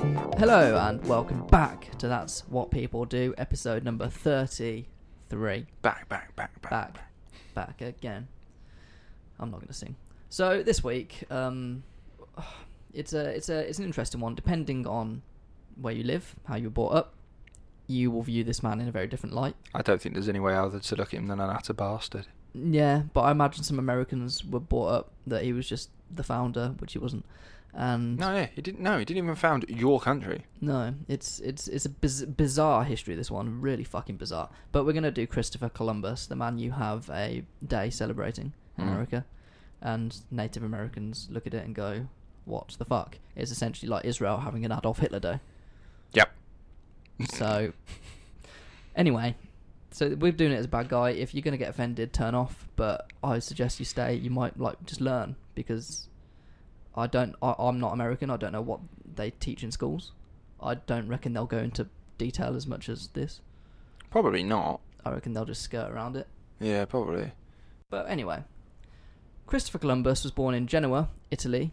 Hello and welcome back to That's What People Do, episode number 33. Back, back, back, back. Back, back again. I'm not going to sing. So this week, um, it's a it's a it's an interesting one. Depending on where you live, how you were brought up, you will view this man in a very different light. I don't think there's any way other to look at him than an utter bastard. Yeah, but I imagine some Americans were brought up that he was just the founder, which he wasn't. And No, yeah, he didn't. No, he didn't even found your country. No, it's it's it's a biz- bizarre history. This one really fucking bizarre. But we're gonna do Christopher Columbus, the man you have a day celebrating in Mm. America, and Native Americans look at it and go, "What the fuck?" It's essentially like Israel having an Adolf Hitler day. Yep. So, anyway, so we're doing it as a bad guy. If you're gonna get offended, turn off. But I suggest you stay. You might like just learn because I don't. I, I'm not American. I don't know what they teach in schools. I don't reckon they'll go into detail as much as this. Probably not. I reckon they'll just skirt around it. Yeah, probably. But anyway, Christopher Columbus was born in Genoa, Italy.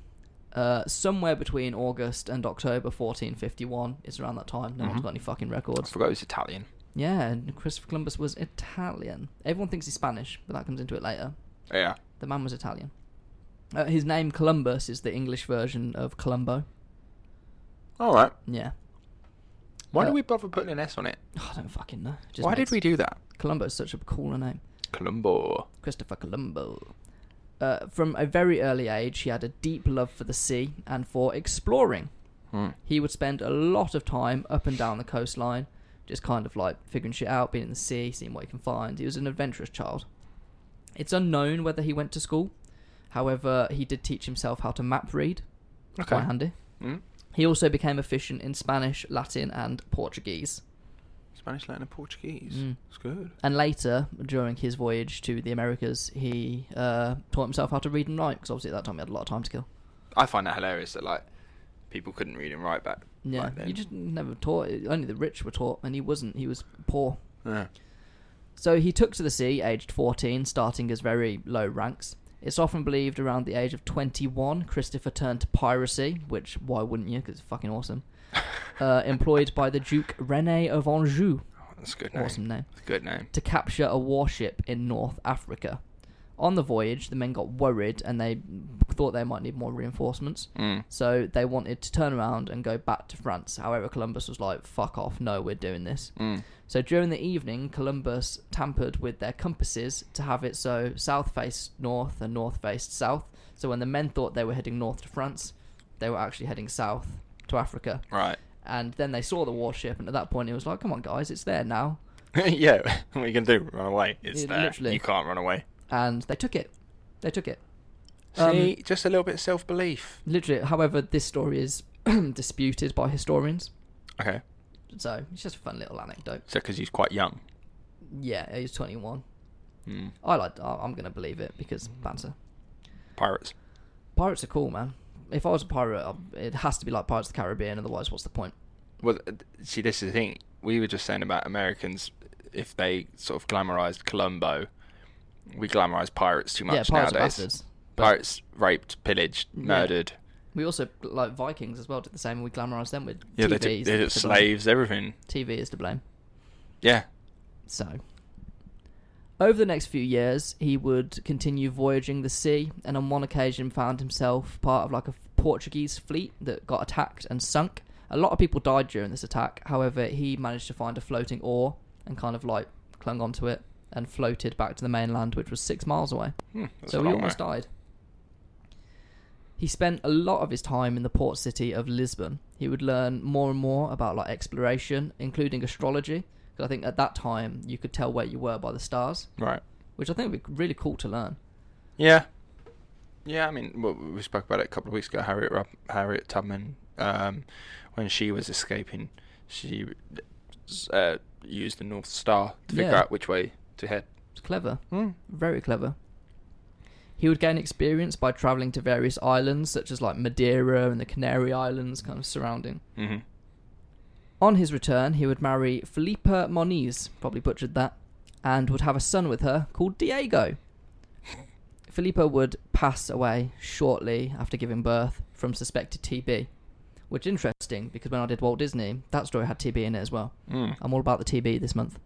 Uh, somewhere between August and October 1451. It's around that time. No one's Mhm. got any fucking I records. forgot he was Italian. Yeah, and Christopher Columbus was Italian. Everyone thinks he's Spanish, but that comes into it later. Yeah. The man was Italian. Uh, his name Columbus is the English version of Columbo. All right. Yeah. Why Uh, do we bother putting an S on it? I don't fucking know. Just Why makes- did we do that? Columbo is such a cooler name. Columbo. Christopher Columbo. Uh, from a very early age, he had a deep love for the sea and for exploring. Hmm. He would spend a lot of time up and down the coastline, just kind of like figuring shit out, being in the sea, seeing what he can find. He was an adventurous child. It's unknown whether he went to school. However, he did teach himself how to map read. Okay. Quite handy. Mm. He also became efficient in Spanish, Latin, and Portuguese. Spanish, Latin, and Portuguese. Mm. It's good. And later, during his voyage to the Americas, he uh, taught himself how to read and write, because obviously at that time he had a lot of time to kill. I find that hilarious that like people couldn't read and write back. Yeah, back then. he just never taught. Only the rich were taught, and he wasn't. He was poor. Yeah. So he took to the sea aged 14, starting as very low ranks. It's often believed around the age of 21, Christopher turned to piracy, which, why wouldn't you? Because it's fucking awesome. Uh, employed by the Duke Rene of Anjou. Oh, that's a good name. Awesome name. Good name. to capture a warship in North Africa. On the voyage, the men got worried and they thought they might need more reinforcements. Mm. So they wanted to turn around and go back to France. However, Columbus was like, fuck off, no, we're doing this. Mm. So during the evening, Columbus tampered with their compasses to have it so south faced north and north faced south. So when the men thought they were heading north to France, they were actually heading south to Africa. Right. And then they saw the warship, and at that point, it was like, come on, guys, it's there now. yeah. what you can do? Run away. It's Yeah, there. literally. You can't run away. And they took it. They took it. Um, See, just a little bit of self belief. Literally, however, this story is disputed by historians. Okay. So it's just a fun little anecdote. So, because he's quite young. Yeah, he's 21. Mm. I like. I- I'm gonna believe it because banter. Pirates. Pirates are cool, man. If I was a pirate, I'd- it has to be like Pirates of the Caribbean. Otherwise, what's the point? Well, th- see, this is the thing. We were just saying about Americans, if they sort of glamorized Columbo, we glamorize pirates too much yeah, pirates are nowadays. bastards. But Pirates raped, pillaged, Yeah. murdered. We also like Vikings as well. Did the same. and We glamorized them with Yeah, they TVs. did, they did to blame. slaves, everything. TV is to blame. Yeah. So, over the next few years, he would continue voyaging the sea, and on one occasion found himself part of like a Portuguese fleet that got attacked and sunk. A lot of people died during this attack. However, he managed to find a floating oar and kind of like clung onto it and floated back to the mainland, which was six miles away. Hmm, that's so a he long almost way. died. He spent a lot of his time in the port city of Lisbon. He would learn more and more about like exploration, including astrology. Because I think at that time you could tell where you were by the stars, Right. which I think would be really cool to learn. Yeah. Yeah, I mean, well, we spoke about it a couple of weeks ago. Harriet Rub- Harriet Tubman, um, when she was escaping, she uh, used the North Star to figure Yeah. Hmm. out which way to head. It's clever, Mm. very clever. He would gain experience by traveling to various islands, such as like Madeira and the Canary Islands, kind of surrounding. hmm On his return, he would marry Felipa Moniz, probably butchered that, and would have a son with her called Diego. Felipa would pass away shortly after giving birth from suspected TB. which interesting because when I did Walt Disney, that story had TB in it as well. Mm. I'm all about the TB this month.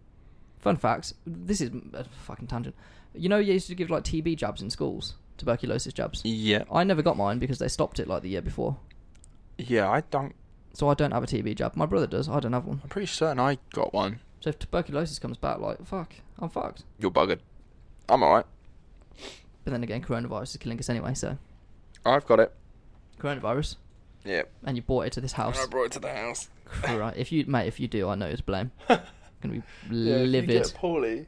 Fun facts. This is a fucking tangent. You know, you used to give like TB jabs in schools, tuberculosis jabs. Yeah, I never got mine because they stopped it like the year before. yeah. I don't. So I don't have a TB jab. My brother does. I don't have one. I'm pretty certain I got one. So if tuberculosis comes back, like fuck, I'm fucked. You're buggered. I'm alright. But then again, coronavirus is killing us anyway. So I've got it. coronavirus, Yeah. and you brought it to this And I house. brought it to the house. Right? If you, mate, if you do, I know you're to blame. gonna be Yeah, if you livid. get poorly,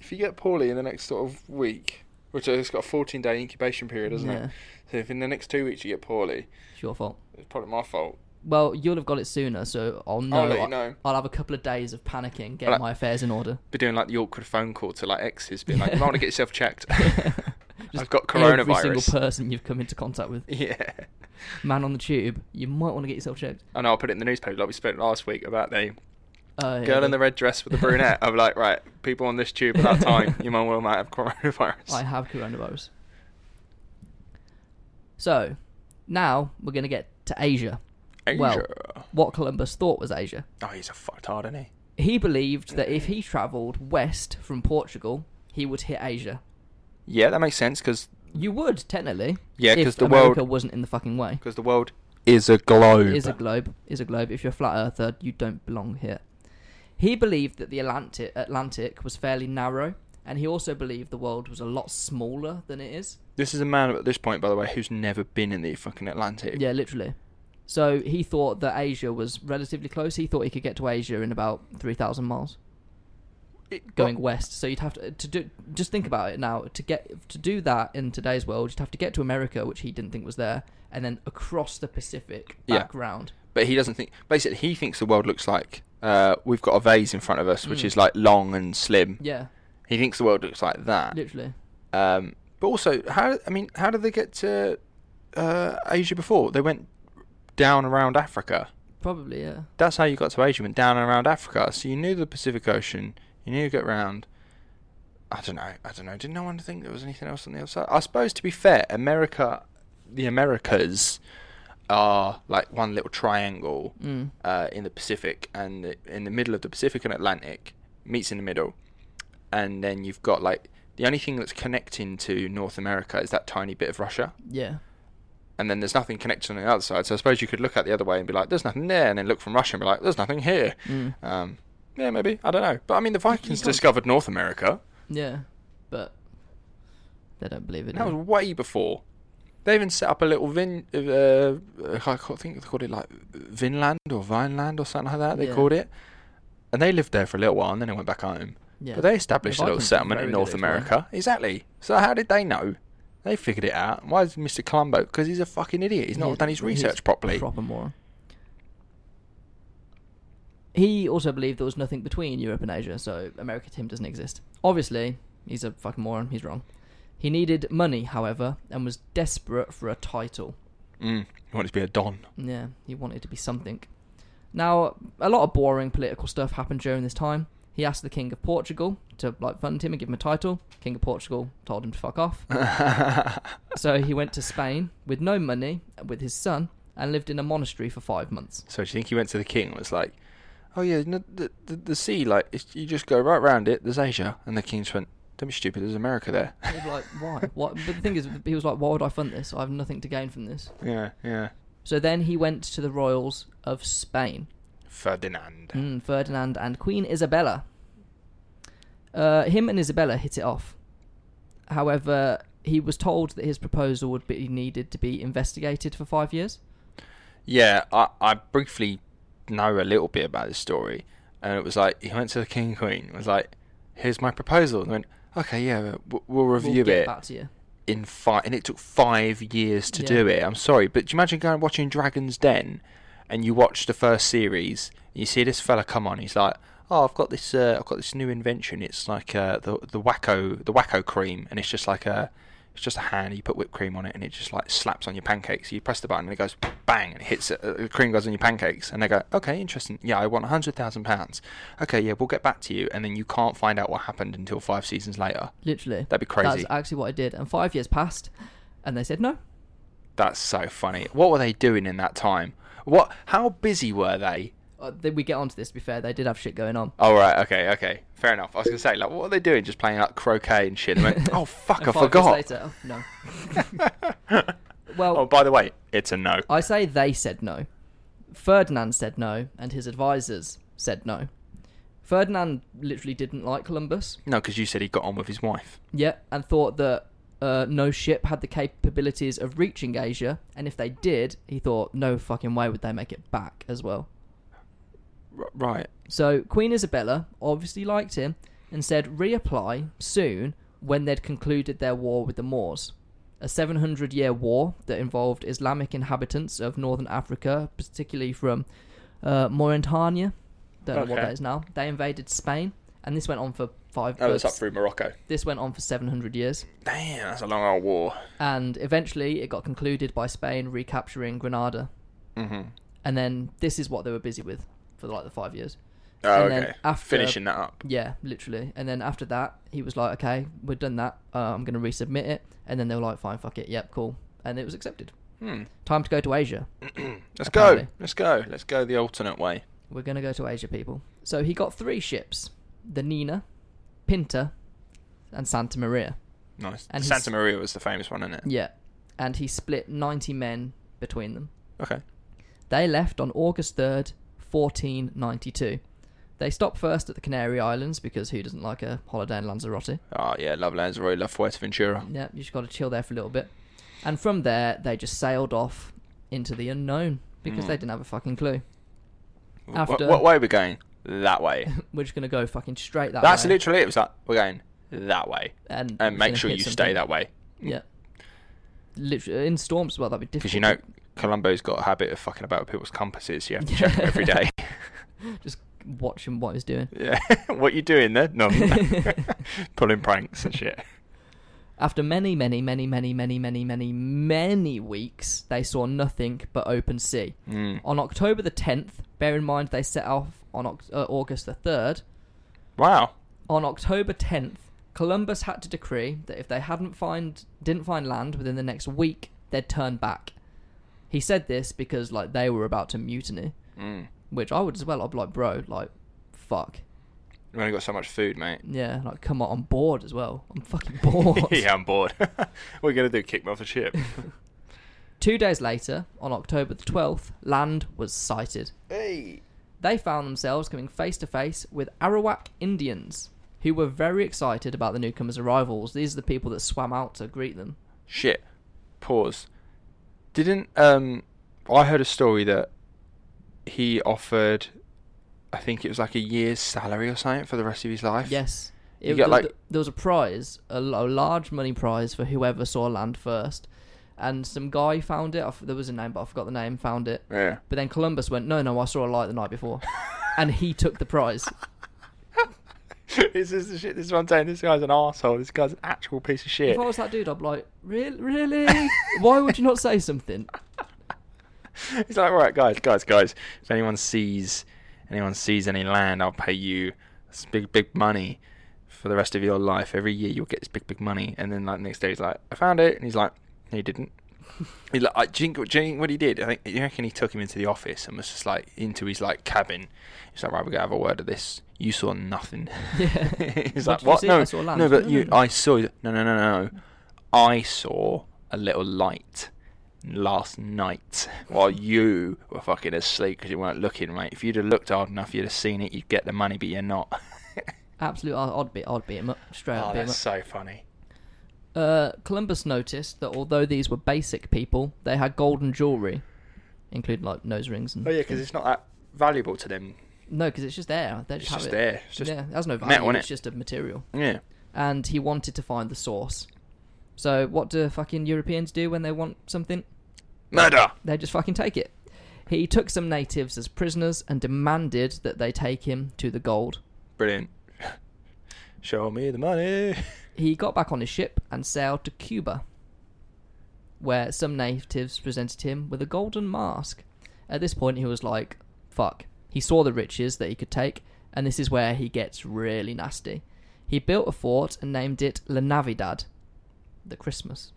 if you get poorly in the next sort of week, which it's got a 14 day incubation period, doesn't Yeah. it? So if in the next two weeks you get poorly, It's your fault. it's probably my fault. Well, you'll have got it sooner, so I'll know. let Oh, you I- know. I'll have a couple of days of panicking, getting Like- my affairs in order. Be doing like the awkward phone call to like exes, being like, "You might want to get yourself checked." Just I've got Every single coronavirus. person you've come into contact with, Yeah, man on the tube, you might want to get yourself checked. I know. I put it in the newspaper like we spoke last week about the Uh, girl in the red dress with the brunette. I'm like, right, people on this tube at that time, you might well might have coronavirus. I have coronavirus. So, now we're going to get to Asia. Asia. Well, what Columbus thought was Asia. oh, he's a fucktard, isn't he? He believed that if he travelled west from Portugal, he would hit Asia. Yeah, that makes sense because You would, technically. Yeah, if 'cause the America world- wasn't in the fucking way. the world is a globe. Is a globe. Is a globe. If you're a flat earther, you don't belong here. He believed that the Atlantic, Atlantic was fairly narrow, and he also believed the world was a lot smaller than it is. This is a man at this point, by the way, who's never been in the fucking Atlantic. Yeah, literally. So he thought that Asia was relatively close. He thought he could get to Asia in about three thousand miles It- going well, west. So you'd have to to do just think about it now. To get to do that in today's world, you'd have to get to America, which he didn't think was there, and then across the Pacific Yeah. back round. But he doesn't think. Basically, he thinks the world looks like uh, we've got a vase in front of us, which Mm. is like long and slim. Yeah, He thinks the world looks like that. literally. Um, but also, how? I mean, how did they get to uh, Asia before? They went down around Africa. Probably, yeah. That's how you got to Asia. Went down and around Africa. So you knew the Pacific Ocean. You knew you get round. I don't know. I don't know. Did no one think there was anything else on the other side? I suppose to be fair, America, the Americas, are like one little triangle Mm. uh, in the Pacific, and the, in the middle of the Pacific and Atlantic meets in the middle, and then you've got like the only thing that's connecting to North America is that tiny bit of Russia Yeah. and then there's nothing connected on the other side. So I suppose you could look at the other way and be like, "There's nothing there," and then look from Russia and be like, "There's nothing here." Mm. Um, yeah, maybe I don't know. But I mean, the Vikings can't- discovered North America. Yeah, but they don't believe it. That do was they? way before. They even set up a little vin. Uh, I can't think they called it like Vinland or Vineland or something like that. They Yeah. called it, and they lived there for a little while, and then they went back home. yeah. But they established The a little Vikings were settlement very in good North at exploring. America. Exactly. So how did they know? They figured it out. Why is Mr. Columbo? Because he's a fucking idiot. He's not He- done his he's research a properly. Proper moron. He also believed there was nothing between Europe and Asia, so America to him doesn't exist. Obviously, he's a fucking moron. He's wrong. He needed money, however, and was desperate for a title. Mm. He wanted to be a don. Yeah, he wanted to be something. Now, a lot of boring political stuff happened during this time. He asked the King of Portugal to like fund him and give him a title. King of Portugal told him to fuck off. so he went to Spain with no money, with his son, and lived in a monastery for five months. So do you think he went to the king and was like, "Oh yeah, no, the, the the sea, like it's, you just go right round it. There's Asia." And the king just went, "Don't be stupid. There's America there." He was like, why? What? But the thing is, he was like, why would I fund this? I have nothing to gain from this. yeah, yeah. So then he went to the royals of Spain, Ferdinand. mm, Ferdinand and Queen Isabella. Uh, him and Isabella hit it off. However, he was told that his proposal would be needed to be investigated for five years. Yeah, I I briefly know a little bit about this story, and it was like he went to the king and queen. and Was like, "Here's my proposal." And they went, "Okay, yeah, we'll, we'll we'll review get it." back to you. in five, and it took five years to Yeah. do it. I'm sorry, but do you imagine going and watching Dragon's Den, and you watch the first series, and you see this fella come on, he's like, "Oh, I've got this, uh, I've got this new invention. It's like uh, the the wacko, the wacko cream, and it's just like a, it's just a hand. You put whipped cream on it, and it just like slaps on your pancakes. You press the button, and it goes bang, and it hits it. uh, The cream goes on your pancakes, and they go, "Okay, interesting. Yeah, I want a hundred thousand pounds. Okay, yeah, we'll get back to you, and then you can't find out what happened until five seasons later. Literally. That'd be crazy. That's actually what I did. And five years passed, and they said no. That's so funny. What were they doing in that time? What? How busy were they? Uh, th- we get onto this. To be fair, they did have shit going on. Oh right, okay, okay, fair enough. I was gonna say like, what are they doing? Just playing like croquet and shit. They went, oh fuck, And I five years forgot. later- oh, no. Well- oh, by the way, it's a no. I say they said no. Ferdinand said no, and his advisors said no. Ferdinand literally didn't like Columbus. No, because you said he got on with his wife. Yeah, and thought that uh, no ship had the capabilities of reaching Asia, and if they did, he thought no fucking way would they make it back as well. R- right. So Queen Isabella obviously liked him and said reapply soon when they'd concluded their war with the Moors. A 700 year war that involved Islamic inhabitants of northern Africa, particularly from uh, Mauritania, don't know what Okay. that is now. They invaded Spain, and this went on for five. Oh, that's uh, up through Morocco. This went on for 700 years, Damn, that's a long old war. and eventually it got concluded by Spain recapturing Granada. Mm-hmm. And then this is what they were busy with for like the five years. Oh, And then okay. after- Finishing that up. Yeah, literally. And then after that, he was like, "Okay, we've done that. Uh, I'm going to resubmit it." And then they were like, "Fine, fuck it. Yep, cool." And it was accepted. Hmm. Time to go to Asia. Let's go. Apparently. Let's go. Let's go the alternate way. We're going to go to Asia, people. So he got three ships: the Nina, Pinta, and Santa Maria. Nice. And Santa he's- Maria was the famous one, isn't it? Yeah, and he split 90 men between them. Okay. They left on August 3rd, 1492. They stopped first at the Canary Islands because who doesn't like a holiday in Lanzarote? Oh yeah, love Lanzarote, love Fuerteventura. Yeah, you just got to chill there for a little bit. And from there, they just sailed off into the unknown because Mm. they didn't have a fucking clue. Wh- After- What, way are we going? That way. We're just gonna go fucking straight that That's way. literally it. It was like we're going that way, and, and we're make gonna sure you hit stay something. that way Yeah, literally in storms as well. That'd be difficult. because you know Columbo's got a habit of fucking about with people's compasses. You have to check them every day. just watching what he's doing. yeah, what you doing there? No, pulling pranks and shit. After many, many, many, many, many, many, many, many weeks, they saw nothing but open sea. Mm. On October the 10th, bear in mind they set off on Oct- uh, August the 3rd, Wow. on October 10th, Columbus had to decree that if they hadn't find didn't find land within the next week, they'd turn back. He said this because like they were about to mutiny, Mm. which I would as well. I'd be like, bro, like, fuck, We've only got so much food, mate. yeah, like come on, I'm bored as well. I'm fucking bored. yeah, I'm bored. What are you gonna do? Kick me off the ship? Two days later, on October the 12th, land was sighted. hey. They found themselves coming face to face with Arawak Indians, who were very excited about the newcomers' arrivals. These are the people that swam out to greet them. Shit. Pause. Didn't um I heard a story that he offered I think it was like a year's salary or something for the rest of his life. Yes. You It- get, there, like- th- there was a prize, a, l- a large money prize for whoever saw land first. And some guy found it. I f- there was a name, but I forgot the name. Found it. Yeah. But then Columbus went, no, no, I saw a light the night before. and he took the prize. this is the shit. This is what I'm saying. This guy's an asshole. This guy's an actual piece of shit. If I was that dude, I'd be like, really? really? Why would you not say something? He's like, right, guys, guys, guys. If anyone sees, anyone sees any land, I'll pay you this big, big money for the rest of your life. Every year, you'll get this big, big money. And then, like, next day, he's like, I found it, and he's like, no, you didn't. He's like, I, do, you think, do you think what he did? I think you reckon he took him into the office and was just like into his like cabin. He's like, right, we're gonna have a word of this. You saw nothing. Yeah. he's What like, did you see? what? No, I saw land." no, but No, no, you, no. I saw. No, no, no, no. I saw a little light last night while you were fucking asleep because you weren't looking, mate. If you'd have looked hard enough, you'd have seen it. You'd get the money, but you're not. Absolute, I- I'd beat, I'd beat him up. Straight up oh, beat him that's up. so funny. Uh, Columbus noticed that although these were basic people, they had golden jewellery, including like nose rings and. Oh yeah, because it's not that valuable to them. No, because it's just there. They It's just have just it. there. It's just yeah, it has no metal, value. innit? it's just a material. yeah. And he wanted to find the source. So what do fucking Europeans do when they want something? Murder. They just fucking take it. He took some natives as prisoners and demanded that they take him to the gold. Brilliant. Show me the money. He got back on his ship and sailed to Cuba, where some natives presented him with a golden mask. At this point, he was like, fuck. He saw the riches that he could take, and this is where he gets really nasty. He built a fort and named it La Navidad, the Christmas,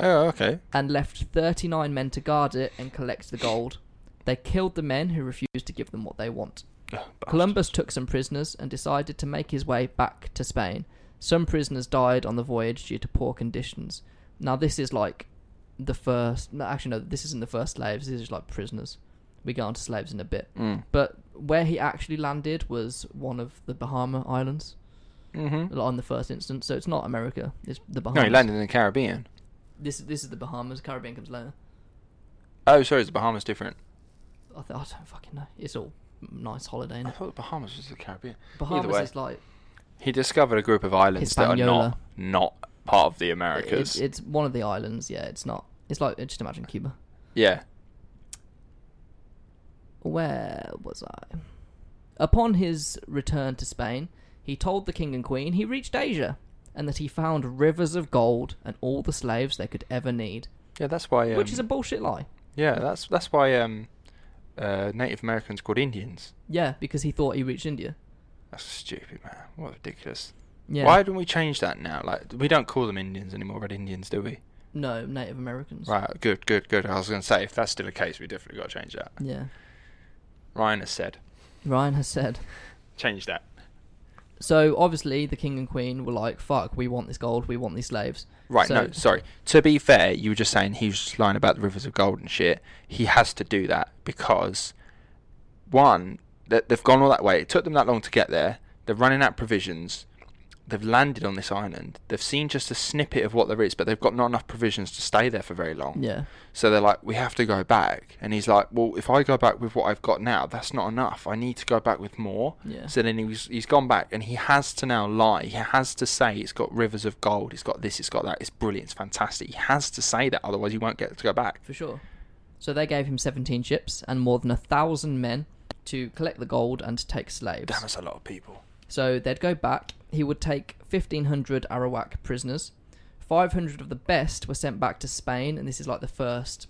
Oh, okay. and left 39 men to guard it and collect the gold. They killed the men who refused to give them what they want. Ugh, bastards. Columbus took some prisoners and decided to make his way back to Spain. Some prisoners died on the voyage due to poor conditions. Now this is like the first. No, actually, no, this isn't the first slaves. This is like prisoners. We go on to slaves in a bit. Mm. But where he actually landed was one of the Bahama Islands Mm-hmm. on the first instance. So it's not America. It's the Bahamas. No, he landed in the Caribbean. This this is the Bahamas. Caribbean comes later. Oh, sorry, is the Bahamas different? I, th- I don't fucking know. It's all nice holiday. I innit? thought the Bahamas was the Caribbean. Either Bahamas way, is like he discovered a group of islands that are Hispaniola. not not part of the it- Americas. it's one of the islands. Yeah, it's not. It's like just imagine Cuba. yeah. Where was I? Upon his return to Spain, he told the king and queen he reached Asia and that he found rivers of gold and all the slaves they could ever need, Yeah, that's why. Um, which is a bullshit lie. yeah, that's that's why um, uh, Native Americans called Indians. Yeah, because he thought he reached India. That's stupid, man. What ridiculous. Yeah. Why don't we change that now? Like, we don't call them Indians anymore, Red Indians, do we? No, Native Americans. Right, good, good, good. I was going to say, if that's still the case, we definitely got to change that. Yeah. Ryan has said, Ryan has said. change that. So obviously the king and queen were like, "Fuck, we want this gold. We want these slaves." Right, So- no, sorry. To be fair, you were just saying he was just lying about the rivers of gold and shit. He has to do that because, one, that they've gone all that way. It took them that long to get there. They're running out of provisions. They've landed on this island. They've seen just a snippet of what there is, but they've got not enough provisions to stay there for very long. Yeah. So they're like, we have to go back. And he's like, well, if I go back with what I've got now, that's not enough. I need to go back with more. Yeah. So then he's, he's gone back and he has to now lie. He has to say it's got rivers of gold. It's got this, it's got that. It's brilliant. It's fantastic. He has to say that. Otherwise, he won't get to go back. for sure. So they gave him 17 ships and more than a thousand men to collect the gold and to take slaves. Damn, that's a lot of people. So they'd go back. He would take 1,500 Arawak prisoners. 500 of the best were sent back to Spain, and this is like the first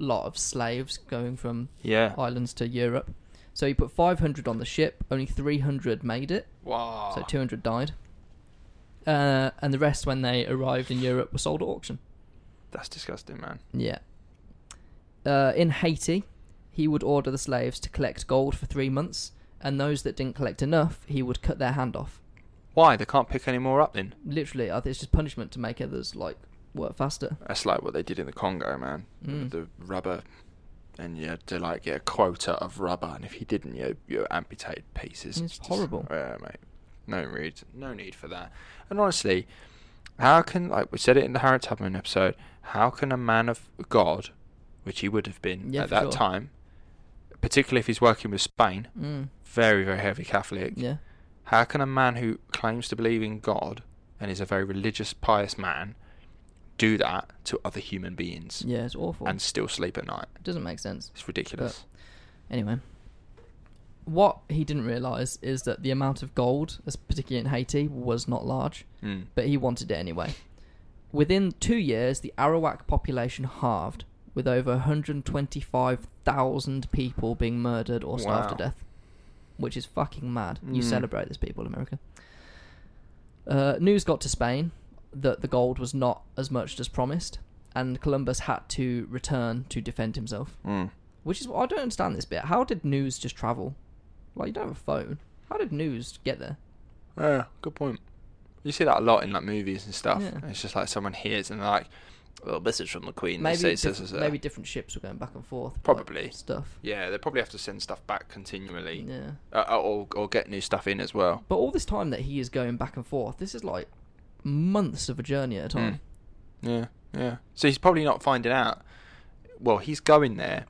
lot of slaves going from Yeah. islands to Europe. So he put 500 on the ship, only 300 made it, Wow. so 200 died. Uh, and the rest, when they arrived in Europe, were sold at auction. that's disgusting, man. Yeah. Uh, in Haiti, he would order the slaves to collect gold for three months, and those that didn't collect enough, he would cut their hand off. Why? They can't pick any more up then. Literally, I think it's just punishment to make others like work faster. That's like what they did in the Congo, man. Mm. with The rubber. And you had to like get a quota of rubber, and if you didn't, you you amputated pieces. It's horrible. Yeah, mate. No need, no need for that. And honestly, how can like we said it in the Harriet Tubman episode? How can a man of God, which he would have been Yeah, at for that sure. time, particularly if he's working with Spain, Mm. very very heavy Catholic, Yeah, how can a man who claims to believe in God and is a very religious, pious man do that to other human beings yeah, it's awful. and still sleep at night? Doesn't make sense. It's ridiculous. Anyway, what he didn't realize is that the amount of gold, as particularly in Haiti, was not large. Mm. but he wanted it anyway. Within two years, the Arawak population halved, with over 125,000 people being murdered or starved to Wow. death, which is fucking mad. You Mm. celebrate this, people, America. Uh, news got to Spain that the gold was not as much as promised, and Columbus had to return to defend himself. Mm. Which is I don't understand this bit. How did news just travel? Like you don't have a phone. How did news get there? Yeah, good point. You see that a lot in like movies and stuff. Yeah. It's just like someone hears and they're like, "Well, this is from the Queen." maybe Maybe this diff- is maybe different ships were going back and forth. like, Probably. stuff. yeah, they probably have to send stuff back continually, Yeah. uh, or or get new stuff in as well. But all this time that he is going back and forth, this is like months of a journey at a Hmm. time. Yeah, yeah. So he's probably not finding out. Well, he's going there.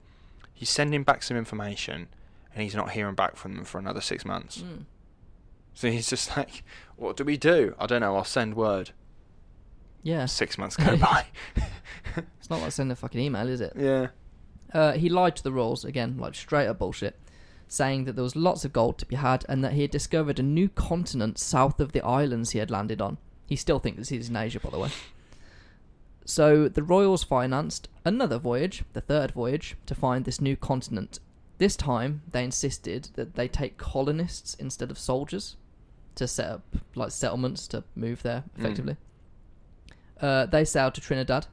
He's sending back some information, and he's not hearing back from them for another six months. Mm. So he's just like, "What do we do? I don't know. I'll send word." Yeah. Six months go by. It's not like sending a fucking email, is it? yeah. Uh, he lied to the royals again, like straight up bullshit, saying that there was lots of gold to be had and that he had discovered a new continent south of the islands he had landed on. He still thinks this is in Asia, by the way. So the royals financed another voyage, the third voyage, to find this new continent. This time, they insisted that they take colonists instead of soldiers to set up like settlements to move there Mm. effectively. Uh, they sailed to Trinidad,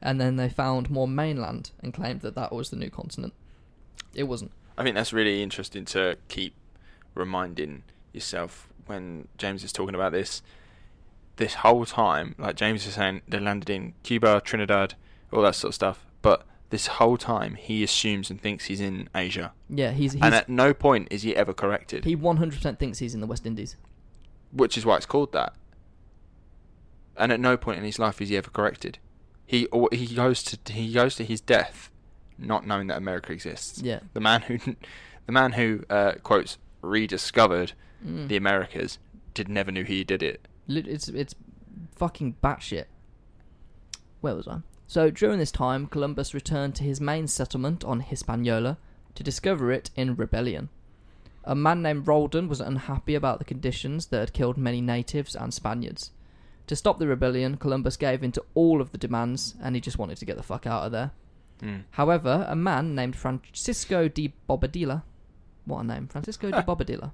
and then they found more mainland and claimed that that was the new continent. It wasn't. I think that's really interesting to keep reminding yourself when James is talking about this. This whole time, like James is saying, they landed in Cuba, Trinidad, all that sort of stuff. But this whole time, he assumes and thinks he's in Asia, Yeah, he's, he's and at no point is he ever corrected, he 100% thinks he's in the West Indies. which is why it's called that. And at no point in his life is he ever corrected. He or he goes to he goes to his death, not knowing that America exists. Yeah. the man who the man who uh, quotes rediscovered Mm. the Americas did never knew he did it. Lit- It's it's fucking batshit. Where was I? So during this time, Columbus returned to his main settlement on Hispaniola to discover it in rebellion. A man named Roldan was unhappy about the conditions that had killed many natives and Spaniards. To stop the rebellion, Columbus gave in to all of the demands, and he just wanted to get the fuck out of there. Mm. However, a man named Francisco de Bobadilla, what a name, Francisco de Ah. Bobadilla,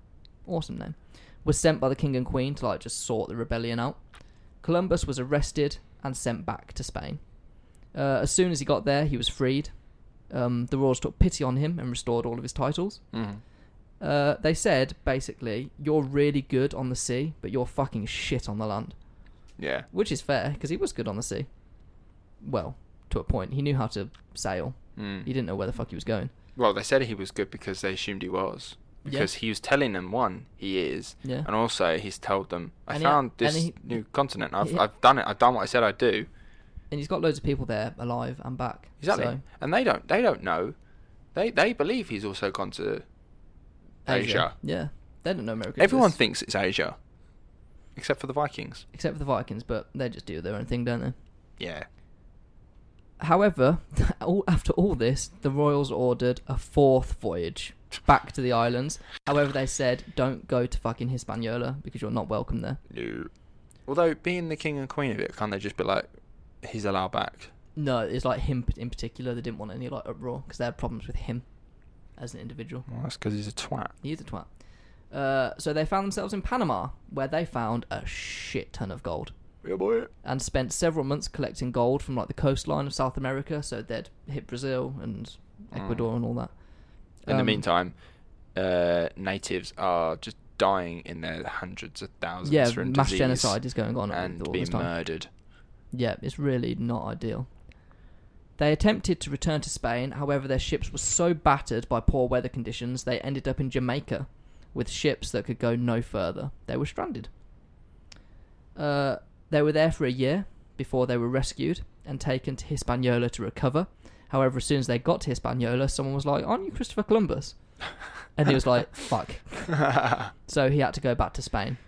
awesome name, was sent by the king and queen to like just sort the rebellion out. Columbus was arrested and sent back to Spain. Uh, as soon as he got there, he was freed. Um, the royals took pity on him and restored all of his titles. Mm. Uh, they said basically, "You're really good on the sea, but you're fucking shit on the land," Yeah, which is fair because he was good on the sea. Well, to a point, he knew how to sail. mm. He didn't know where the fuck he was going. well, they said he was good because they assumed he was Yeah. because he was telling them one he is, Yeah. and also he's told them I And he- found and this he- new continent. I've he- I've done it. I've done what I said I'd do. And he's got loads of people there, alive and back. Exactly, So, and they don't they don't know. They they believe he's also gone to Asia. Yeah. They don't know America. Everyone exists, thinks it's Asia, except for the Vikings. Except for the Vikings, but they just do their own thing, don't they? Yeah. However, all, after all this, the royals ordered a fourth voyage back to the islands. However, they said, don't go to fucking Hispaniola because you're not welcome there. No. Although being the king and queen of it, can't they just be like, he's allowed back? No, it's like him in particular. They didn't want any like uproar because they had problems with him as an individual. Well, that's because he's a twat. He is a twat. Uh, so they found themselves in Panama, where they found a shit ton of gold. Yeah, boy. and spent several months collecting gold from like the coastline of South America. So they'd hit Brazil and Ecuador and all that. Hmm. In the Um, meantime, uh, natives are just dying in their hundreds of thousands yeah, from mass disease genocide is going on and all being this time. murdered. Yeah, it's really not ideal. They attempted to return to Spain, however, their ships were so battered by poor weather conditions they ended up in Jamaica with ships that could go no further. They were stranded. Uh, they were there for a year before they were rescued and taken to Hispaniola to recover. However, as soon as they got to Hispaniola, someone was like, Aren't you Christopher Columbus? And he was like, Fuck. So he had to go back to Spain.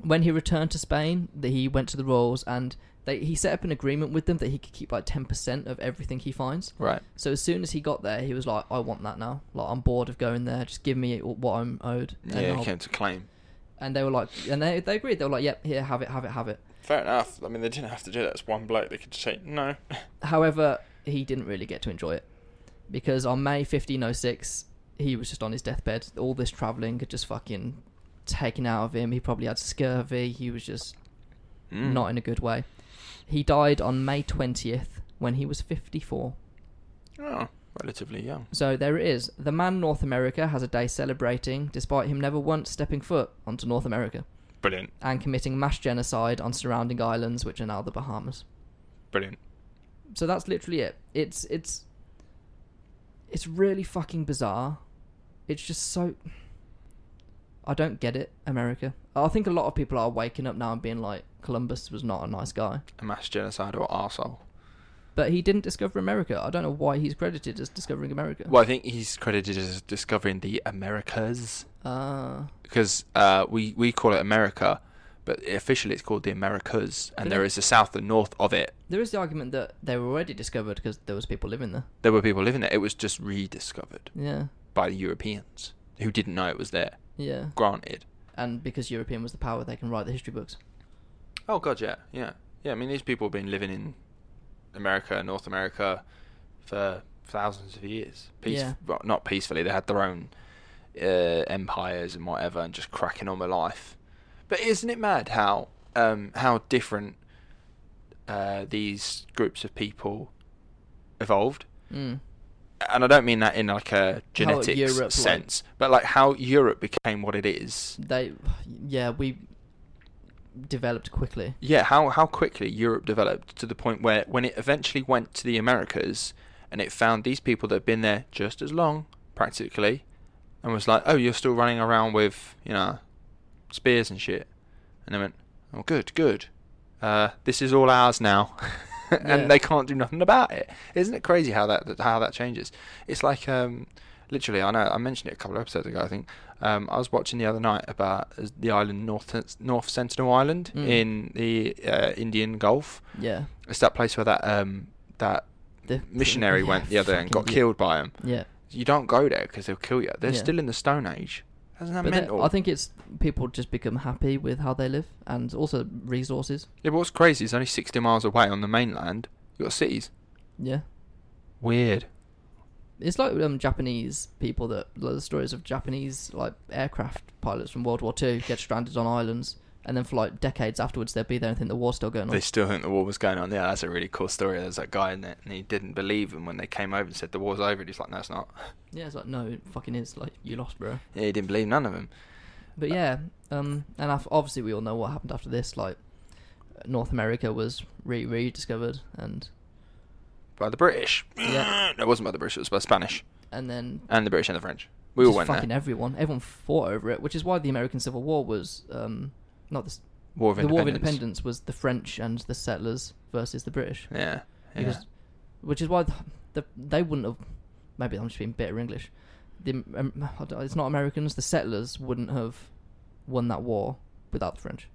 When he returned to Spain, that he went to the Royals and they, he set up an agreement with them that he could keep like ten percent of everything he finds. Right. So as soon as he got there, he was like, "I want that now. Like I'm bored of going there. Just give me what I'm owed." And, Yeah, I'll- came to claim. and they were like, and they they agreed. They were like, "Yep, here, have it, have it, have it." Fair enough. I mean, they didn't have to do that. It's one bloke. They could just say, no. However, he didn't really get to enjoy it because on May 1506, he was just on his deathbed. All this traveling had just fucking taken out of him. He probably had scurvy. He was just Mm. not in a good way. He died on May 20th when he was 54. Oh, relatively young. So there it is. The man North America has a day celebrating, despite him never once stepping foot onto North America Brilliant. and committing mass genocide on surrounding islands, which are now the Bahamas. Brilliant. So that's literally it. It's it's it's really fucking bizarre. It's just so I don't get it, America. I think a lot of people are waking up now and being like, Columbus was not a nice guy. A mass genocide or arsehole. But he didn't discover America. I don't know why he's credited as discovering America. Well, I think he's credited as discovering the Americas. Ah, because uh, we we call it America, but officially it's called the Americas, and there is the south and north of it. there is the argument that they were already discovered because there was people living there. There were people living there. It was just rediscovered Yeah, by the Europeans who didn't know it was there. yeah. Granted. And because European was the power, they can write the history books. Oh God, yeah, yeah, yeah. I mean, these people have been living in America, North America, for thousands of years. Peace, Yeah. well, not peacefully. They had their own uh, empires and whatever, and just cracking on with life. But isn't it mad how um, how different uh, these groups of people evolved? Mm. and I don't mean that in like a genetic Europe, like- sense, but like how Europe became what it is. They, yeah, we developed quickly. Yeah, how how quickly Europe developed to the point where when it eventually went to the Americas and it found these people that had been there just as long, practically, and was like, Oh, you're still running around with, you know, spears and shit and they went, Oh good, good. Uh, this is all ours now and Yeah. they can't do nothing about it. Isn't it crazy how that that- how that changes? It's like um literally I know I mentioned it a couple of episodes ago, I think. Um, I was watching the other night about the island North North Sentinel Island Mm. in the uh, Indian Gulf. Yeah. It's that place where that um, that The- missionary yeah, went the other day and fucking got yeah. killed by them. Yeah. You don't go there because they'll kill you. They're Yeah. still in the Stone Age. Isn't that But then mental? I think it's people just become happy with how they live and also resources. Yeah, but what's crazy is only 60 miles away on the mainland, you've got cities. Yeah. Weird. It's like um, Japanese people that like the stories of Japanese like aircraft pilots from World War Two get stranded on islands and then for like decades afterwards they'll be there and think the war's still going on. They still think the war was going on. Yeah, that's a really cool story. There's that guy in there, and he didn't believe him when they came over and said the war's over. And he's like, no, it's not. Yeah, it's like no, it fucking is like you lost, bro. Yeah, he didn't believe none of them. But yeah, um, and af- obviously we all know what happened after this. Like North America was re rediscovered, and By the British. Yeah. no, it wasn't by the British. It was by the Spanish and then and the British and the French. Uh, We all just went fucking there. everyone, everyone fought over it, which is why the American Civil War was um, not this. War of The War of Independence. Independence was the French and the settlers versus the British. Yeah. yeah. Because- which is why the, the, they wouldn't have. Maybe I'm just being bitter English. The, um, I don't- it's not Americans. The settlers wouldn't have won that war without the French.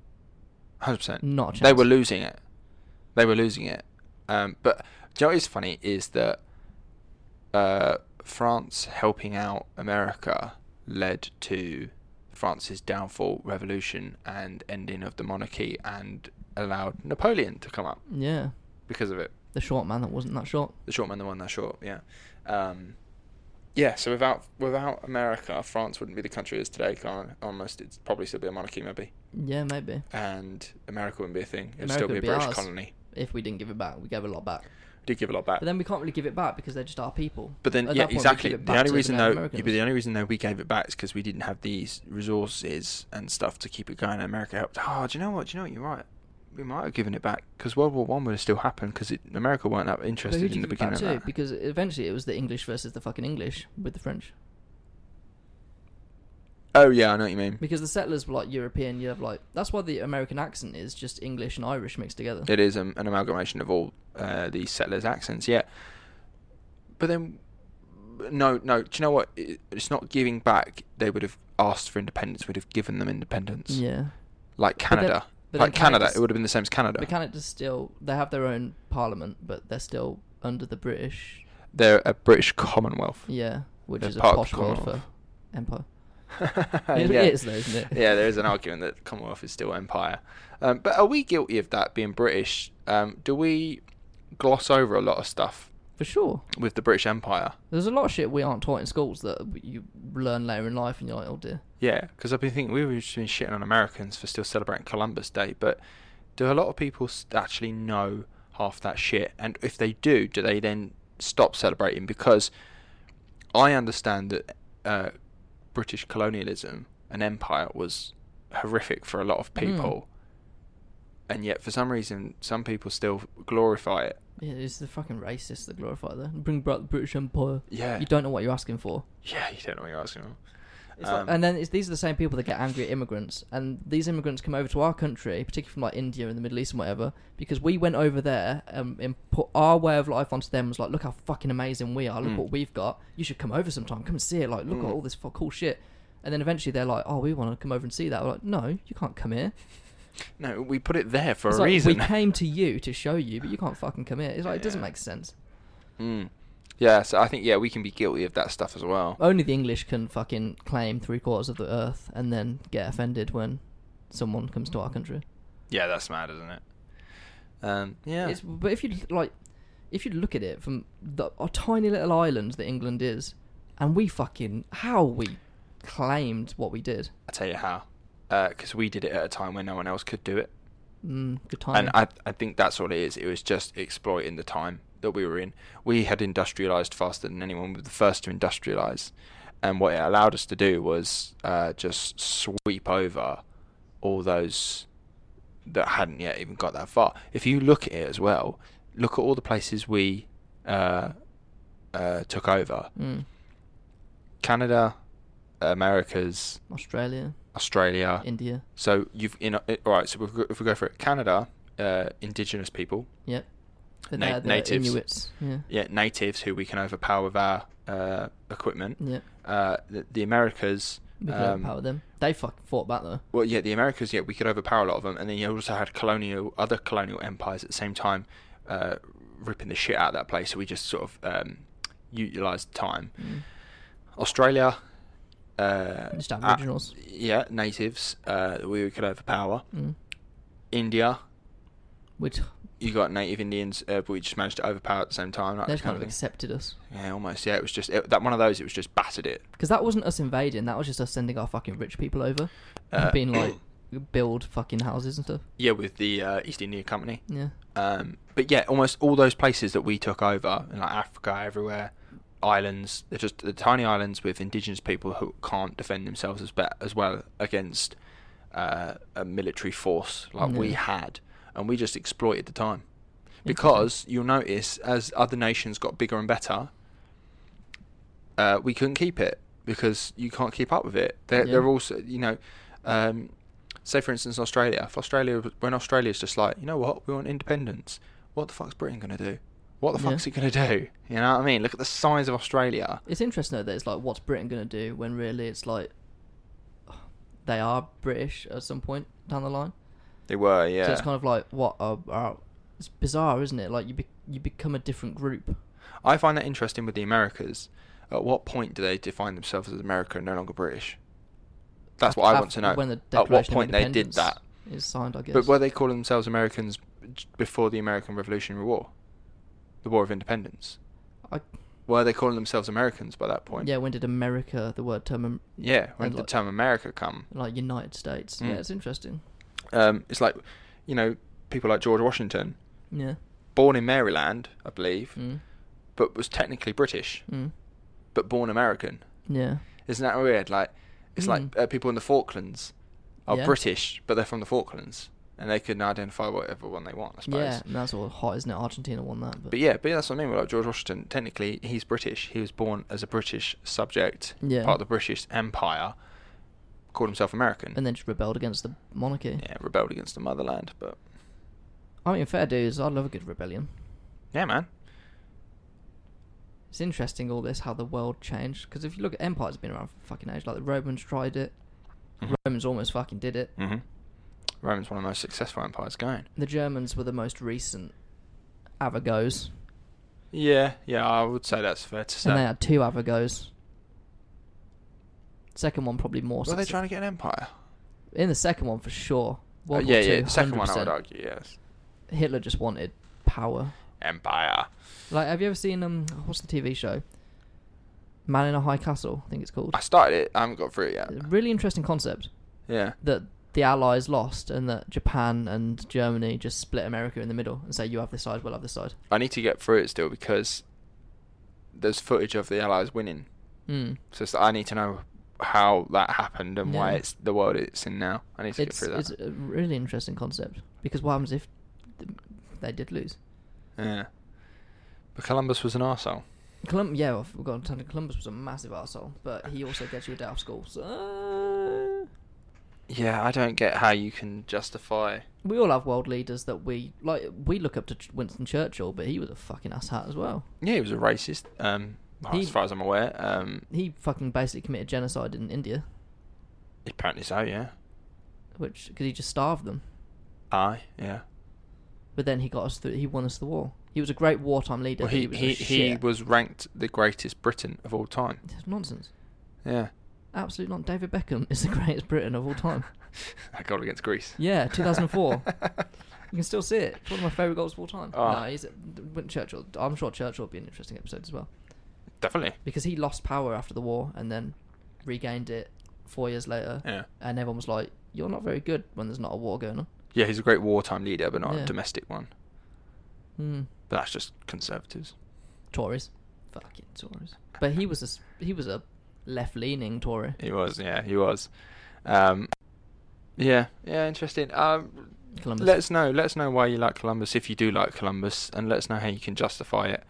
100%. Not a chance. They were losing it. They were losing it. Um, but do you know what is funny is that uh, France helping out America led to France's downfall, revolution, and ending of the monarchy, and allowed Napoleon to come up Yeah, because of it. the short man that wasn't that short. The short man, the one that's short, yeah. Um, yeah, so without without America, France wouldn't be the country it is today. can't- Almost, it'd probably still be a monarchy, maybe, Yeah, maybe. and America wouldn't be a thing. It'd America still be a would be British ours. colony. If we didn't give it back, we gave a lot back. Did give a lot back. But then we can't really give it back because they're just our people. But then, At yeah, that point, we exactly. give it The back only to reason Native though, yeah, Americans. but the only reason though we gave it back is because we didn't have these resources and stuff to keep it going. And America helped. Oh, do you know what? Do you know what? You're right. We might have given it back because World War One would have still happened because America weren't that But who interested did in you the give it back beginning to? of that. Because eventually it was the English versus the fucking English with the French. Oh yeah, I know what you mean. Because the settlers were like European. You have like that's why the American accent is just English and Irish mixed together. It is um, an amalgamation of all uh, these settlers' accents, yeah. But then, no, no. Do you know what? It- It's not giving back. They would have asked for independence. We'd have given them independence, Yeah, like But then- Canada. but like then Canada's- Canada, it would have been the same as Canada. but Canada's still they have their own parliament, but they're still under the British. They're a British Commonwealth. Yeah, which They're is a part of posh the word for Commonwealth. empire. yeah. It is though, isn't it? yeah, there is an argument that Commonwealth is still empire. Um, but are we guilty of that being British? Um, do we gloss over a lot of stuff For sure. with the British Empire? There's a lot of shit we aren't taught in schools that you learn later in life, and you're like, oh dear. Yeah, because I've been thinking we've just been shitting on Americans for still celebrating Columbus Day, but do a lot of people s- actually know half that shit? And if they do, do they then stop celebrating? Because I understand that uh, British colonialism and empire was horrific for a lot of Mm. people, and yet for some reason, some people still glorify it. Yeah, it's the fucking racists that glorify that. Bring back the British Empire. Yeah, You don't know what you're asking for. yeah, you don't know what you're asking. It's like- Um, and then it's, these are the same people that get angry at immigrants, and these immigrants come over to our country, particularly from like India and the Middle East and whatever, because we went over there um, and put our way of life onto them. Was like, look how fucking amazing we are. Look Mm. what we've got. You should come over sometime. Come and see it. Like, look at Mm. all this fu- cool shit. And then eventually they're like, oh, we want to come over and see that. We're like, no, you can't come here. No, we put it there for It's a like, reason. We came to you to show you, but you can't fucking come here. It's like it doesn't Yeah. make sense. Mm. Yeah, so I think yeah we can be guilty of that stuff as well. Only the English can fucking claim three quarters of the earth and then get offended when someone comes to our country. Yeah, that's mad, isn't it? Um, yeah, It's, but if you like, if you look at it from the our tiny little island that England is, and we fucking how we claimed what we did. I tell you how, because we did it at a time when no one else could do it, Mm, good time. and I I think that's all it is. It was just exploiting the time that we were in, we had industrialized faster than anyone. We were the first to industrialize, and what it allowed us to do was uh, just sweep over all those that hadn't yet even got that far. If you look at it as well, look at all the places we uh, uh, took over: Mm. Canada, Americas, Australia, Australia. India. So you've in all right. So if we go- if we go for it, Canada, uh, indigenous people, Yep. But Na- they're the natives. Inuits. Yeah. yeah, natives who we can overpower with our uh, equipment. Yeah. Uh, the, the Americas, We can um, overpower them. They fucking fought back though. well, yeah, the Americas, yeah, we could overpower a lot of them, and then you also had colonial, other colonial empires at the same time, uh, ripping the shit out of that place. So we just sort of um, utilized time. Mm. Australia, uh, Just a- Aboriginals. yeah, natives, uh, we could overpower. Mm. India, Which you got native Indians, uh, but we just managed to overpower at the same time. Like, they just kind of thing. accepted us. Yeah, almost. Yeah, it was just it, that one of those. It was just battered it. Because that wasn't us invading, that was just us sending our fucking rich people over. Uh, and being like, build fucking houses and stuff. Yeah, with the uh, East India Company. Yeah. Um, but yeah, almost all those places that we took over, in like Africa, everywhere, islands. They're just the tiny islands with indigenous people who can't defend themselves as, be- as well against uh, a military force like we Yeah. had, and we just exploited the time. Interesting. Because you'll notice as other nations got bigger and better, uh, we couldn't keep it because you can't keep up with it. They're, Yeah. they're also, you know, um, say for instance Australia. If Australia, when Australia's just like, you know what, we want independence. What the fuck's Britain gonna do? What the Yeah. fuck's it gonna do? You know what I mean? Look at the size of Australia. It's interesting though that it's like, what's Britain going to do when really it's like, they are British at some point down the line. They were, yeah. So it's kind of like, what? Uh, uh, it's bizarre, isn't it? Like, you, be- you become a different group. I find that interesting with the Americas. At what point do they define themselves as America and no longer British? That's what I want to After- know. When the At Declaration what of point they did Independence that? Is signed, I guess. But were they calling themselves Americans j- before the American Revolutionary War, the War of Independence? I, Were they calling themselves Americans by that point? Yeah, when did America, the word term, um, Yeah. When and did like- the term America come? like United States? Yeah, Mm. it's interesting. Um, it's like, you know, people like George Washington, Yeah. born in Maryland, I believe, Mm. but was technically British, Mm. but born American. Yeah. Isn't that weird? Like, it's Mm. like uh, people in the Falklands are Yeah. British, but they're from the Falklands, and they can identify whatever one they want, I suppose. Yeah, and that's all hot, isn't it? Argentina won that. But, But yeah, but that's what I mean. Like George Washington, technically, he's British. He was born as a British subject, Yeah. part of the British Empire. Called himself American. And then just rebelled against the monarchy. yeah, rebelled against the motherland. But I mean, fair dues. I love a good rebellion. yeah, man. It's interesting all this how the world changed because if you look at empires, been around for fucking age. Like the Romans tried it. Mhm. Romans almost fucking did it. hmm Rome's one of the most successful empires going. The Germans were the most recent avagos, Yeah, yeah, I would say that's fair to say. and they had two avagos. Second one probably more. Were they success- trying to get an empire? in the second one for sure? Uh, World yeah, War yeah. Two, Second one, I 100%. would argue, yes. Hitler just wanted power. Empire. Like, have you ever seen um? What's the TV show? Man in a High Castle, I think it's called. I started it. I haven't got through it yet. Really interesting concept. Yeah. that the Allies lost and that Japan and Germany just split America in the middle and say, you have this side, we'll have this side. I need to get through it still because there's footage of the Allies winning. Mm. So it's, I need to know how that happened and why Yeah. it's the world it's in now. I need to It's, get it's uh, through a that. really interesting concept because what happens if th- they did lose? Yeah. But Columbus was an arsehole. Colum- yeah, well, we've got to turn to Columbus was a massive asshole, but he also gets you a day off school. So Yeah, I don't get how you can justify. we all have world leaders that we like. We look up to Ch- Winston Churchill, but he was a fucking asshat as well. Yeah, he was a racist. Um, well, He- as far as I'm aware. Um, He fucking basically committed genocide in India, apparently so. Yeah. which because he just starved them. Aye. Yeah. But then he got us through. He won us the war. He was a great wartime leader. Well, but he was he, a he shit. was ranked the greatest Briton of all time. It's nonsense. Yeah. Absolute not. David Beckham is the greatest Briton of all time. that goal against Greece. Yeah, 2004. you can still see it. It's one of my favorite goals of all time. Oh. No, he's when Churchill. I'm sure Churchill would be an interesting episode as well Definitely. because he lost power after the war and then regained it four years later. Yeah. And everyone was like, "You're not very good when there's not a war going on." Yeah, he's a great wartime leader, but not Yeah. a domestic one. Hmm. But that's just conservatives. Tories, fucking Tories. But he was a s- he was a left leaning Tory. He was, yeah, he was. Um, yeah, yeah, interesting. Um, Columbus. Let us know. Let us know why you like Columbus if you do like Columbus, and let us know how you can justify it.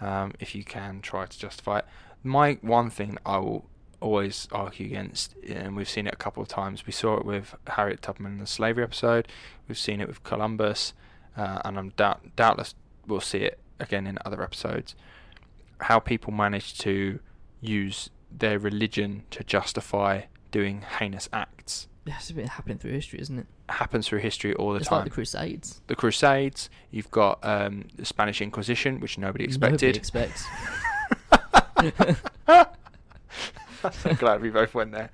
Um, if you can try to justify it. My one thing I will always argue against, and we've seen it a couple of times. We saw it with Harriet Tubman in the slavery episode. We've seen it with Columbus, uh, and I'm doubt- doubtless we'll see it again in other episodes. How people manage to use their religion to justify doing heinous acts That's been happening through history, isn't it? happens through history all the it's time like the Crusades. the Crusades. You've got um, the Spanish Inquisition, which nobody expected. Nobody expects. I'm glad we both went there.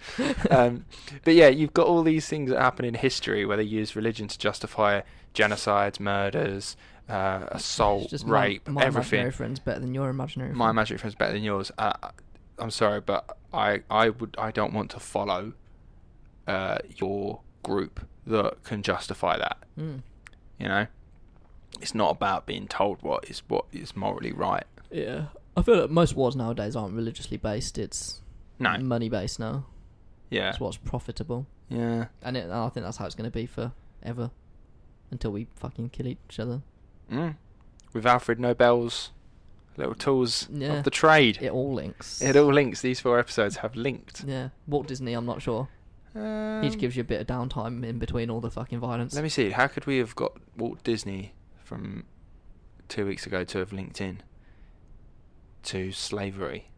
Um, but yeah, you've got all these things that happen in history where they use religion to justify genocides, murders, uh, assault, It's just my- rape, my, everything. imaginary friend's better than your imaginary. My friend. magic friend's better than yours. Uh, I'm sorry, but I, I would I don't want to follow uh, your group that can justify that. Mm. You know, it's not about being told what is what is morally right. Yeah, I feel that most wars nowadays aren't religiously based. It's No. money based now. Yeah. It's what's profitable, Yeah. and, it, and I think that's how it's going to be for ever, until we fucking kill each other. Mm. With Alfred Nobel's little tools Yeah. of the trade, It all links. it all links. These four episodes have linked. Yeah, Walt Disney. I'm not sure. Um, he just gives you a bit of downtime in between all the fucking violence. Let me see. How could we have got Walt Disney from two weeks ago to have linked in to slavery?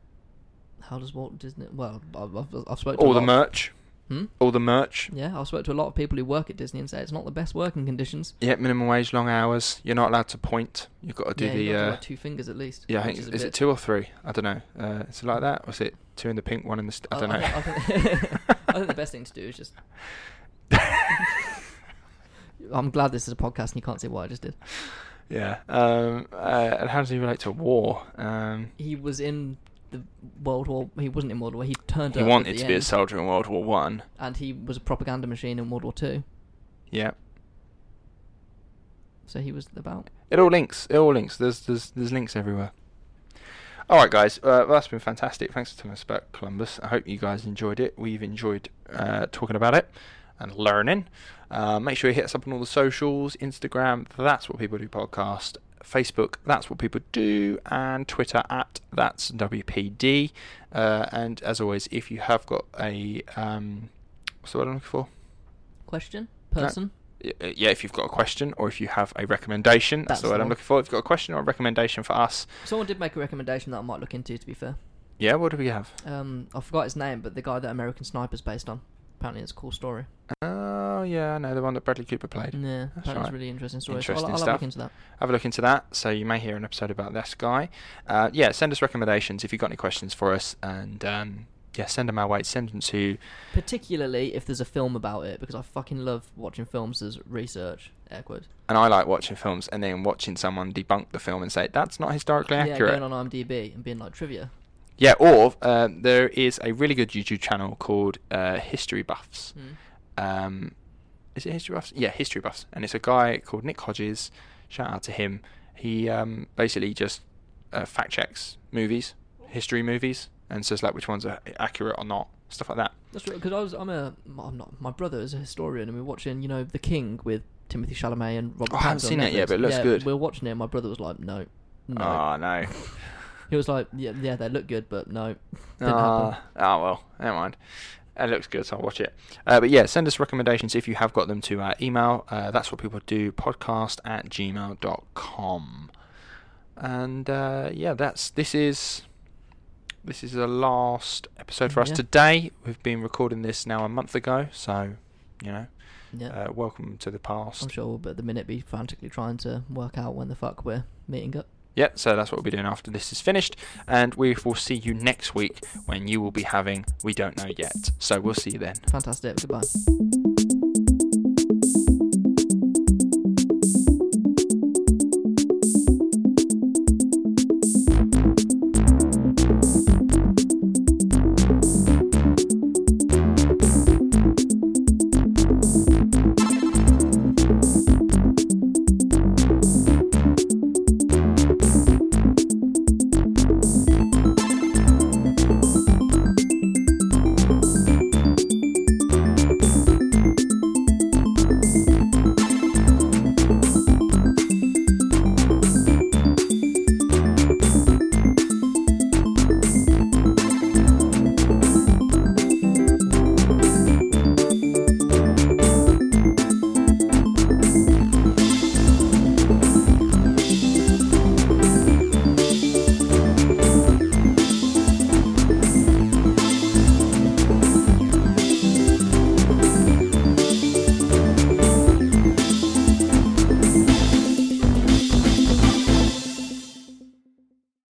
How does Walt Disney? Well, I've, I've, I've spoken. to All a the lot- merch. Hmm? All the merch. Yeah, I've spoken to a lot of people who work at Disney and say it's not the best working conditions. Yeah, minimum wage, long hours. You're not allowed to point. You've got to do yeah, the. you've got to uh, wear two fingers at least. yeah, I which think is, a is it bit- two or three? I don't know. Uh, is it like that? Or is it two in the pink, one in the? St- I I- don't Oh, I know. think- I think- I think the best thing to do is just. I'm glad this is a podcast and you can't see what I just did. Yeah. Um, uh, and how does he relate to war? Um, He was in the World War. He wasn't in World War. He turned. he up at wanted the to be a end, soldier in World War One. and he was a propaganda machine in World War Two. Yeah. So he was about. It all links. It all links. There's there's there's links everywhere. All right, guys. Uh, that's been fantastic. Thanks for telling us about Columbus. I hope you guys enjoyed it. We've enjoyed uh, talking about it and learning. Uh, make sure you hit us up on all the socials: Instagram. That's what people do. Podcast. Facebook. That's what people do. And Twitter at that's WPD. Uh, and as always, if you have got a um, what's the word I'm looking for? Question? No. Person? y- uh, yeah, if you've got a question or if you have a recommendation, that's, That's the the word I'm one. looking for. If you've got a question or a recommendation for us, Someone did make a recommendation that I might look into, to be fair. yeah, what do we have? Um, I forgot his name, but the guy that American Sniper's based on. Apparently, it's a cool story. Oh, yeah, I know the one that Bradley Cooper played. Yeah, That's apparently it's right. a really interesting story. so Interesting I'll, I'll stuff. have a look into that. Have a look into that. So you may hear an episode about this guy. Uh, yeah, send us recommendations if you've got any questions for us, and um, yeah, send them our way. Send them to Particularly if there's a film about it, because I fucking love watching films as research. Air quotes. and I like watching films and then watching someone debunk the film and say that's not historically Yeah, accurate. going on IMDb and being like trivia. Yeah, or um, there is a really good YouTube channel called uh, History Buffs. Mm. um, is it History Buffs? Yeah, History Buffs, and it's a guy called Nick Hodges. Shout out to him. He um, basically just uh, fact checks movies, history movies, and says like which ones are accurate or not, stuff like that. That's right. Because I was, I'm a, I'm not. My brother is a historian, and we we're watching, you know, The King with Timothy Chalamet and Robert. Oh, I haven't Pattinson on seen that yet, Netflix. but it looks Yeah, good. We are watching it. and My brother was like, no, no. Oh no. He was like, yeah, yeah, they look good, but no. Didn't happen. Ah, oh well, never mind. It looks good, so I'll watch it. Uh, but yeah, send us recommendations if you have got them to our email. Uh, that's what people do, podcast at gmail.com. And uh, yeah, that's this is this is the last episode for us Yeah. today. We've been recording this now a month ago, so you know, Yeah. uh, welcome to the past. I'm sure we'll but at the minute be frantically trying to work out when the fuck we're meeting up. Yeah, so that's what we'll be doing after this is finished, and we will see you next week when you will be having we don't know yet. So we'll see you then. Fantastic. Goodbye.